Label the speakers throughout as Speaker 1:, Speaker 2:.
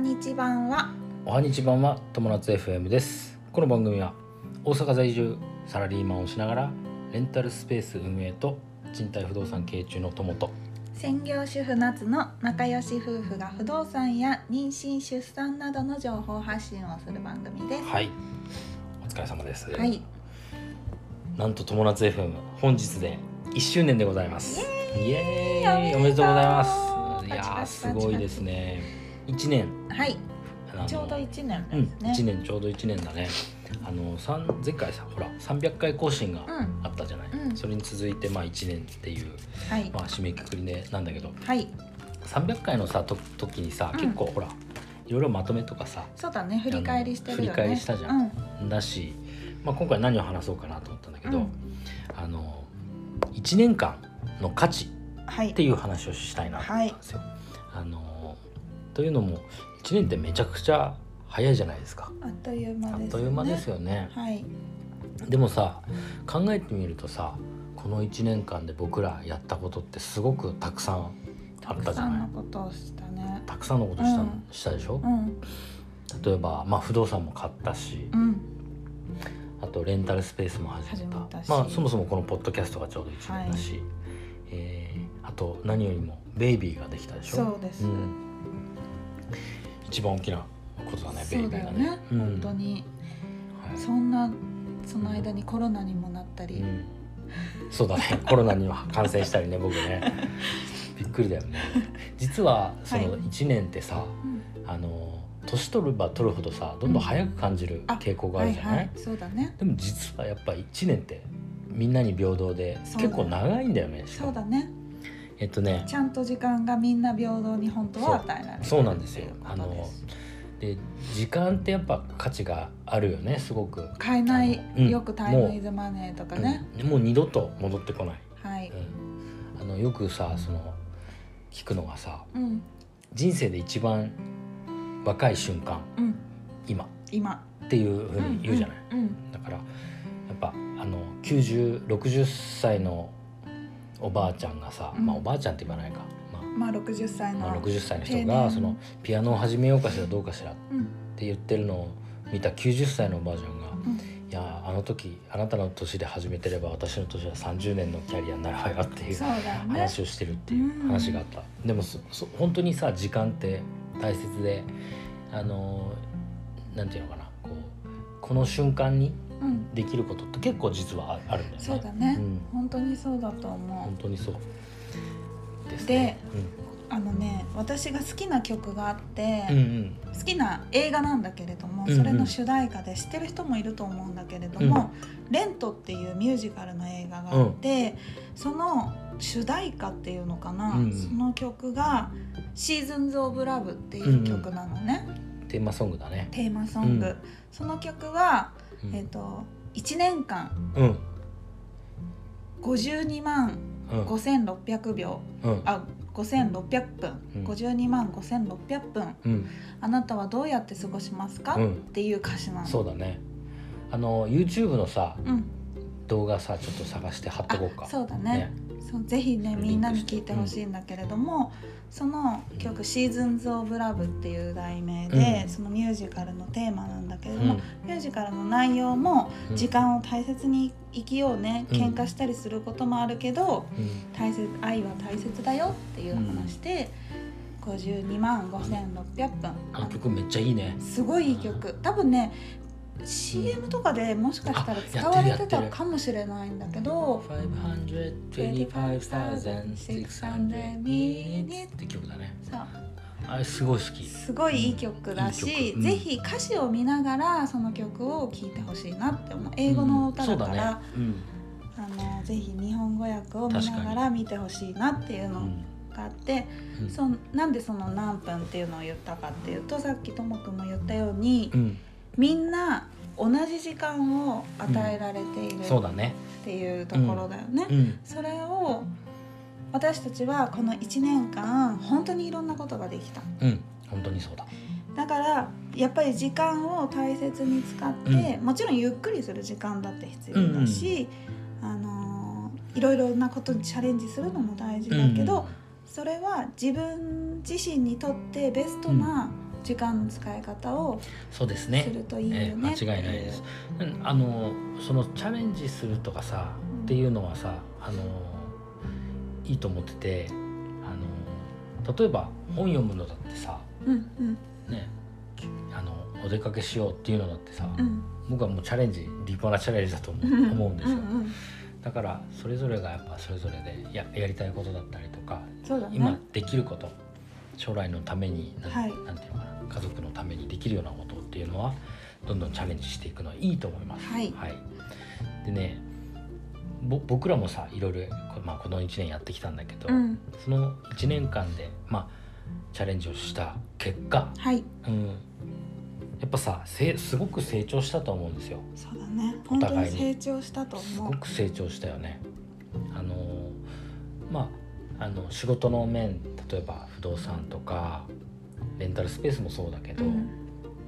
Speaker 1: 日版は
Speaker 2: おはにちばんは友達 FM ですこの番組は大阪在住サラリーマンをしながらレンタルスペース運営と賃貸不動産経営中の友と
Speaker 1: 専業主婦夏の仲良し夫婦が不動産や妊娠出産などの情報発信をする番組です
Speaker 2: はいお疲れ様です、
Speaker 1: はい、
Speaker 2: なんと友達 FM 本日で1周年でございますイエ
Speaker 1: イ
Speaker 2: ーイおめでとうございます
Speaker 1: おめで
Speaker 2: い
Speaker 1: とう
Speaker 2: やー
Speaker 1: パチパチパチ
Speaker 2: すごいですね1年
Speaker 1: はい、
Speaker 2: あの
Speaker 1: ちょうど1年
Speaker 2: う
Speaker 1: で
Speaker 2: ん、
Speaker 1: すね
Speaker 2: 1年ちょうど1年だねあのさん前回さほら300回更新が
Speaker 1: うん
Speaker 2: あったじゃない、
Speaker 1: うん
Speaker 2: それに続いてまあ1年っていう、
Speaker 1: はい
Speaker 2: まあ、締めくくりでなんだけど
Speaker 1: はい
Speaker 2: 300回のさと時にさ
Speaker 1: うん
Speaker 2: 結構ほら、いろいろまとめとかさ
Speaker 1: そうだね振り返りしてるよね
Speaker 2: 振り返りしたじゃん
Speaker 1: うん
Speaker 2: だし、まあ、今回何を話そうかなと思ったんだけど、
Speaker 1: うん
Speaker 2: あの1年間の価値
Speaker 1: はい
Speaker 2: っていう話をしたいなと思ったんですよ。あのというのも1年ってめちゃくちゃ早いじゃないですか。
Speaker 1: あっという間で
Speaker 2: あ
Speaker 1: す、ね、
Speaker 2: っという間ですよね。
Speaker 1: はい
Speaker 2: でもさ考えてみるとさこの1年間で僕らやったことってすごくたくさん
Speaker 1: た
Speaker 2: あった
Speaker 1: く
Speaker 2: じゃ
Speaker 1: さんの
Speaker 2: ない
Speaker 1: ことをしたね
Speaker 2: たくさんのことした,、
Speaker 1: うん
Speaker 2: したでしょ、
Speaker 1: うん
Speaker 2: 例えば、まあ、不動産も買ったし
Speaker 1: うん
Speaker 2: あとレンタルスペースも始めた
Speaker 1: 始めたし
Speaker 2: まあ、そもそもこのポッドキャストがちょうど1年だし、えーあと何よりもベイビーができたでしょ
Speaker 1: そうです、
Speaker 2: ん、一番大きなことだねベイ
Speaker 1: そ
Speaker 2: ビ
Speaker 1: うだ
Speaker 2: ーが
Speaker 1: よ
Speaker 2: ね
Speaker 1: ね、
Speaker 2: うん
Speaker 1: 本当に
Speaker 2: はい
Speaker 1: そんなその間にコロナにもなったり、
Speaker 2: うんそうだね コロナには感染したりね僕ねびっくりだよね実はその
Speaker 1: はい
Speaker 2: 1年ってさ、
Speaker 1: うん
Speaker 2: あの年取れば取るほどさどんどん早く感じる
Speaker 1: あ
Speaker 2: 傾向があ
Speaker 1: は
Speaker 2: る
Speaker 1: い
Speaker 2: じゃない、
Speaker 1: はいそうだね
Speaker 2: でも実はやっぱ1年ってみんなに平等で
Speaker 1: そうだね
Speaker 2: 結構長いんだよねしか
Speaker 1: そ
Speaker 2: も
Speaker 1: うだね
Speaker 2: えっとね
Speaker 1: ちゃんと時間がみんな平等に本当は与えられてる
Speaker 2: そうなんですよ
Speaker 1: っていう
Speaker 2: あ
Speaker 1: ことで
Speaker 2: の
Speaker 1: す
Speaker 2: で時間ってやっぱ価値があるよねすごく、
Speaker 1: 買えない、
Speaker 2: うん
Speaker 1: よくタイムイズマネーとかね、
Speaker 2: うんもう二度と戻ってこない、
Speaker 1: はい
Speaker 2: うん、あのよくさその聞くのがさ
Speaker 1: うん
Speaker 2: 人生で一番若い瞬間
Speaker 1: うん
Speaker 2: 今
Speaker 1: 今
Speaker 2: っていうふうに言うじゃない、
Speaker 1: うん、うん
Speaker 2: だからやっぱあの9060歳のおばあちゃんがさ、
Speaker 1: うん
Speaker 2: まあおばあちゃんって言わないか、まあ
Speaker 1: うんまあ60歳の、
Speaker 2: まあ、60歳の人
Speaker 1: 定
Speaker 2: が
Speaker 1: 年
Speaker 2: そのピアノを始めようかしらどうかしらっ
Speaker 1: うん
Speaker 2: て言ってるのを見た90歳のおばあちゃんが
Speaker 1: うん
Speaker 2: 「いやあの時あなたの年で始めてれば私の年は30年のキャリアになるわよ」っていう
Speaker 1: そうだね
Speaker 2: 話をしてるっていう話があった、でもそそ本当にさ時間って大切であのーなんていうのかなこうこの瞬間に
Speaker 1: うん
Speaker 2: できることって結構実はああるんだよね
Speaker 1: そうだね、
Speaker 2: うん
Speaker 1: 本当にそうだと思
Speaker 2: 本
Speaker 1: う
Speaker 2: 当にそうですね
Speaker 1: あのね私が好きな曲があって、
Speaker 2: うん、うん
Speaker 1: 好きな映画なんだけれども、
Speaker 2: うんうん
Speaker 1: それの主題歌で知ってる人もいると思うんだけれども「レント」っていうミュージカルの映画があって、その主題歌っていうのかな、
Speaker 2: うんうん
Speaker 1: その曲が「シーズンズ・オブ・ラブ」っていう曲なのね、
Speaker 2: うんテーマソングだね
Speaker 1: テーマソング、
Speaker 2: うん
Speaker 1: その曲は、
Speaker 2: うん
Speaker 1: えっと1年間
Speaker 2: うん
Speaker 1: 52万
Speaker 2: うん
Speaker 1: 5600秒
Speaker 2: うん
Speaker 1: あ5600分、
Speaker 2: うん
Speaker 1: 52万5600分
Speaker 2: うん
Speaker 1: あなたはどうやって過ごしますか、
Speaker 2: う
Speaker 1: っ
Speaker 2: ん
Speaker 1: ていう歌詞なの。
Speaker 2: そうだねあの YouTube のさ
Speaker 1: うん
Speaker 2: 動画さちょっと探して貼っとこうか
Speaker 1: あそうだねそうぜひねみんなに聞いてほしいんだけれども、その曲「シーズンズ・オブ・ラブ」っていう題名で、
Speaker 2: うん
Speaker 1: そのミュージカルのテーマなんだけれ
Speaker 2: う
Speaker 1: ど
Speaker 2: ん
Speaker 1: も、ミュージカルの内容も
Speaker 2: うん
Speaker 1: 時間を大切に生きようね、
Speaker 2: うん
Speaker 1: 喧嘩したりすることもあるけど
Speaker 2: うん
Speaker 1: 大切愛は大切だよっていう話で、52万5600分
Speaker 2: あの曲めっちゃいいね
Speaker 1: すごいいい曲多分ね CM とかでもしかしたら使われてたかもしれないんだけど
Speaker 2: 525,600 minutes って曲だね
Speaker 1: さ
Speaker 2: あれすごい好き
Speaker 1: すごいいい曲だし、
Speaker 2: いい曲うん
Speaker 1: ぜひ歌詞を見ながらその曲を聴いてほしいなって思う英語の歌だから、
Speaker 2: うん
Speaker 1: あのぜひ日本語訳を見ながら見てほしいなっていう
Speaker 2: そうだ
Speaker 1: の
Speaker 2: ね
Speaker 1: があって、
Speaker 2: うん
Speaker 1: そんなんでその「何分」っていうのを言ったかっていうとさっきともくんも言ったように、
Speaker 2: うん
Speaker 1: みんな同じ時間を与えられている
Speaker 2: うんそう
Speaker 1: っ
Speaker 2: だね
Speaker 1: ていうところだよね。
Speaker 2: うん
Speaker 1: それを私たちはこの1年間本当にいろんなことができた。
Speaker 2: うん本当にそうだ
Speaker 1: だからやっぱり時間を大切に使って、もちろんゆっくりする時間だって必要だし、あのーいろいろなことにチャレンジするのも大事だけど、それは自分自身にとってベストな時間の使い方を
Speaker 2: そうですね
Speaker 1: するといいよ
Speaker 2: え
Speaker 1: ね
Speaker 2: え。間違いないです、うんあのそのチャレンジするとかさ
Speaker 1: うん
Speaker 2: っていうのはさあのいいと思っててあの例えば本読むのだってさ
Speaker 1: うんうん
Speaker 2: ねあのお出かけしようっていうのだってさ、
Speaker 1: うん
Speaker 2: 僕はもうチャレンジ立派なチャレンジだと思う
Speaker 1: うん
Speaker 2: 思うんですよ、
Speaker 1: うんうん
Speaker 2: だからそれぞれがやっぱそれぞれでややりたいことだったりとか
Speaker 1: そうだね。
Speaker 2: 今できること将来のために何、
Speaker 1: はい
Speaker 2: なんていうのかな家族のためにできるようなことっていうのはどんどんチャレンジしていくのはいいと思います。
Speaker 1: はい
Speaker 2: でねぼ僕らもさいろいろ、こまあ、この1年やってきたんだけ
Speaker 1: う
Speaker 2: ど、
Speaker 1: ん
Speaker 2: その1年間で、まあ、チャレンジをした結果、
Speaker 1: はい
Speaker 2: うん、やっぱさせすごく成長したと思うんですよ。
Speaker 1: そうだね。
Speaker 2: お
Speaker 1: 本当
Speaker 2: 互
Speaker 1: に
Speaker 2: い
Speaker 1: 成
Speaker 2: に
Speaker 1: 長したと
Speaker 2: す
Speaker 1: 思
Speaker 2: ご
Speaker 1: う。
Speaker 2: く成長したよね。あのーまああの仕事の面例えば不動産とかレンタルスペースもそうだけど、
Speaker 1: うん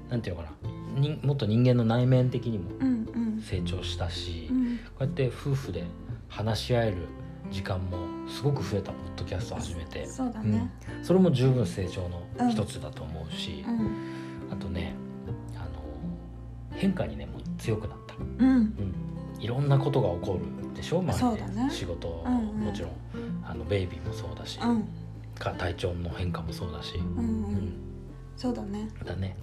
Speaker 2: なんていうのかなにもっと人間の内面的にも
Speaker 1: うんうん
Speaker 2: 成長した
Speaker 1: う
Speaker 2: し、こ
Speaker 1: ん。
Speaker 2: うやって夫婦で話し合える時間もすごく増えたポッドキャストを始めて、
Speaker 1: そうだね。
Speaker 2: それも十分成長の一つだと思うし
Speaker 1: う、ん
Speaker 2: あとねあのー変化にねもう強くなった。
Speaker 1: うん
Speaker 2: うん、いろんなことが起こるでしょ、ま
Speaker 1: そうだね
Speaker 2: 仕事も
Speaker 1: うんうん
Speaker 2: もちろん、あのベイビーもそうだし、
Speaker 1: うん
Speaker 2: か体調の変化もそうだし、
Speaker 1: うんう。
Speaker 2: うんん、
Speaker 1: そうだね。
Speaker 2: だね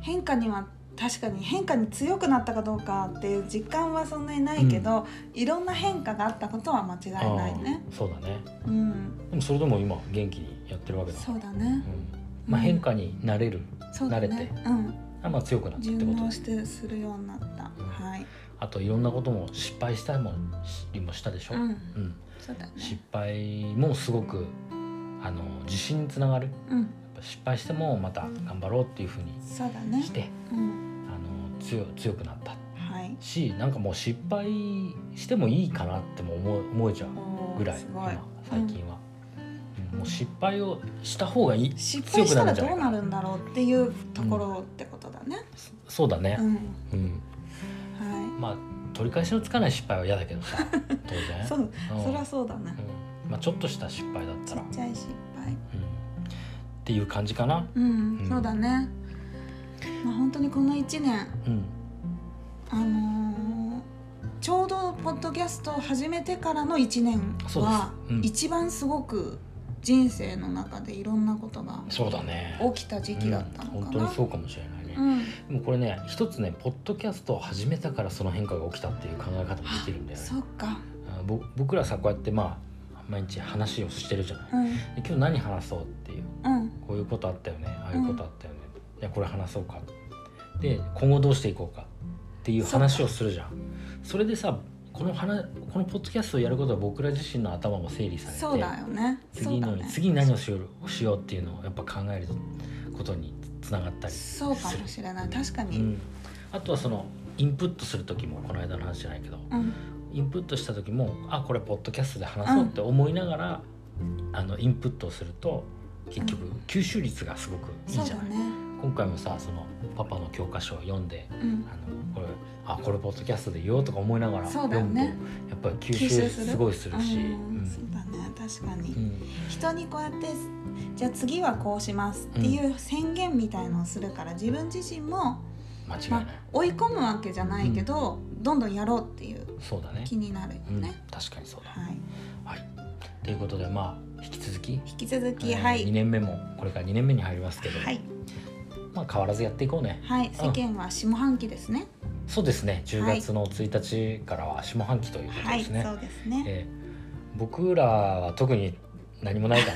Speaker 1: 変化には確かに変化に強くなったかどうかっていう実感はそんなにないけど、いろんな変化があったことは間違いないね。
Speaker 2: あーそうだね
Speaker 1: うん、
Speaker 2: でもそれでも今元気にやってるわけだ
Speaker 1: そうだね。
Speaker 2: うんまあ、変化になれる、
Speaker 1: そうだね。
Speaker 2: 慣れて
Speaker 1: うん、
Speaker 2: あまあ、強くなったって
Speaker 1: 順
Speaker 2: こと
Speaker 1: 応してするようになった。はい。
Speaker 2: あといろんなことも失敗したりもしもしたでしょ、
Speaker 1: うん、
Speaker 2: うん
Speaker 1: そうだね。
Speaker 2: 失敗もすごくあの自信につながるや
Speaker 1: うん、
Speaker 2: っぱ失敗してもまた頑張ろうっていうふうに
Speaker 1: そうだね
Speaker 2: し。て、
Speaker 1: うん、
Speaker 2: あの強強くなった
Speaker 1: はい。
Speaker 2: しなんかもう失敗してもいいかなっても思う思えちゃう
Speaker 1: おー
Speaker 2: ぐらい
Speaker 1: すごい。
Speaker 2: 今最近は、うんもう失敗をした方がいい
Speaker 1: 失敗したらど
Speaker 2: 強
Speaker 1: う
Speaker 2: く
Speaker 1: な
Speaker 2: なる
Speaker 1: るんだろうっていうところってことだね。
Speaker 2: そうだね
Speaker 1: う、ん、
Speaker 2: うん
Speaker 1: は
Speaker 2: まあ取り返しのつかない失敗は嫌だけどさ当然
Speaker 1: い。 そう、
Speaker 2: うん
Speaker 1: そりゃそうだね。
Speaker 2: うんまあ、ちょっとした失敗だった
Speaker 1: ち
Speaker 2: ら、
Speaker 1: っちゃい失敗。
Speaker 2: うんっていう感じかな、
Speaker 1: うん、
Speaker 2: うん
Speaker 1: そうだね。まあ、本当にこの一年、
Speaker 2: うん、
Speaker 1: あのーちょうどポッドキャストを始めてからの1年
Speaker 2: そうです
Speaker 1: は、
Speaker 2: うん
Speaker 1: 一番すごく人生の中でいろんなことが
Speaker 2: そうだね
Speaker 1: 起きた時期だったの
Speaker 2: うん
Speaker 1: か
Speaker 2: 本当に
Speaker 1: な。
Speaker 2: そうかもしれないね、
Speaker 1: うん、
Speaker 2: でもこれね一つねポッドキャストを始めたからその変化が起きたっていう考え方もできるんだよね
Speaker 1: そっか、
Speaker 2: あぼ僕らさこうやってまあ毎日話をしてるじゃない、
Speaker 1: うん、
Speaker 2: で今日何話そうっていう
Speaker 1: うん、
Speaker 2: こういうことあったよねああいうことあったよね、いやこれ話そうかで今後どうしていこうかっていう話をするじゃんそれでさこの話このポッドキャストをやることは僕ら自身の頭も整理されて
Speaker 1: そうだよね。そう
Speaker 2: 次
Speaker 1: だ
Speaker 2: の、
Speaker 1: ね。
Speaker 2: 次に何をしようしようっていうのをやっぱ考えることにつながったり
Speaker 1: そうかもしれない。確か
Speaker 2: う
Speaker 1: に。
Speaker 2: ん、あとはそのインプットする時もこの間の話じゃないけど
Speaker 1: うん、
Speaker 2: インプットした時もあこれポッドキャストで話そうって思いながら、あのインプットをすると結局吸収率がすごくいい
Speaker 1: そう
Speaker 2: じゃ
Speaker 1: だ
Speaker 2: ない、
Speaker 1: ね。
Speaker 2: 今回もさそのパパの教科書を読んで
Speaker 1: う
Speaker 2: あ
Speaker 1: ん、
Speaker 2: のこれあこれポッドキャストで言おうとか思いながら
Speaker 1: そう
Speaker 2: 読
Speaker 1: だよ
Speaker 2: むと、
Speaker 1: ね
Speaker 2: やっぱり吸
Speaker 1: 吸
Speaker 2: 収
Speaker 1: 収する
Speaker 2: すごいするし。う
Speaker 1: うん
Speaker 2: ん
Speaker 1: そうだね。確かに。
Speaker 2: うん
Speaker 1: 人にこうやってじゃあ次はこうしますっていう宣言みたいのをするから、自分自身も、
Speaker 2: 間違いな
Speaker 1: まあ、、
Speaker 2: い
Speaker 1: 追い込むわけじゃないけど、どんどんやろうっていう
Speaker 2: そうだね
Speaker 1: 気になるよ
Speaker 2: うん、
Speaker 1: ね。
Speaker 2: 確かにそうだ
Speaker 1: はい、
Speaker 2: はいということでまあ引き続き、
Speaker 1: 引き続
Speaker 2: え
Speaker 1: き、
Speaker 2: ー
Speaker 1: はい
Speaker 2: 2年目もこれから2年目に入りますけど、
Speaker 1: はい、
Speaker 2: まあ変わらずやっていこうね
Speaker 1: はい、世間は下半期ですね。
Speaker 2: そうですね10
Speaker 1: はい
Speaker 2: 月の1日からは下半期ということ
Speaker 1: は
Speaker 2: で
Speaker 1: い、
Speaker 2: すね、
Speaker 1: そうですね。
Speaker 2: えー僕らは特に何もないか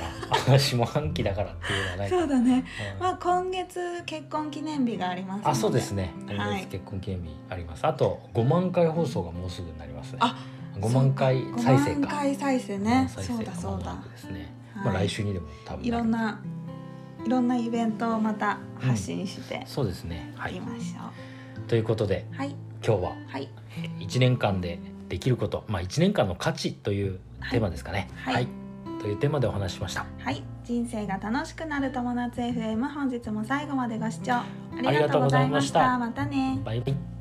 Speaker 2: ら 下半期だからっていうのはないか
Speaker 1: そ
Speaker 2: ら
Speaker 1: うだね。
Speaker 2: うん
Speaker 1: まあ今月結婚記念日がありますので。
Speaker 2: あそうです。ね
Speaker 1: い
Speaker 2: 来月結婚記念日あります、あと5万回放送がもうすぐになりますね
Speaker 1: あ
Speaker 2: 5万回再生
Speaker 1: 5万
Speaker 2: か
Speaker 1: 回再生ね。
Speaker 2: 5万再
Speaker 1: そう
Speaker 2: 生
Speaker 1: だ
Speaker 2: が
Speaker 1: そう
Speaker 2: 間も
Speaker 1: だ
Speaker 2: なく。ですね、
Speaker 1: はい
Speaker 2: まあ来週にでも多分
Speaker 1: いろんないろんなイベントをまた発信して
Speaker 2: そうですねはい
Speaker 1: いきましょう。
Speaker 2: ということで
Speaker 1: はい、
Speaker 2: 今日は
Speaker 1: はい、
Speaker 2: 1年間でできることまあ1年間の価値というテーマですかね
Speaker 1: はい
Speaker 2: というテーマでお話ししました
Speaker 1: はい、人生が楽しくなる友達 FM 本日も最後までご視聴あ
Speaker 2: あり
Speaker 1: りが
Speaker 2: がと
Speaker 1: と
Speaker 2: う
Speaker 1: う
Speaker 2: ご
Speaker 1: ご
Speaker 2: ざ
Speaker 1: ざ
Speaker 2: い
Speaker 1: い
Speaker 2: ま
Speaker 1: ま
Speaker 2: し
Speaker 1: したたまたね
Speaker 2: バイバイ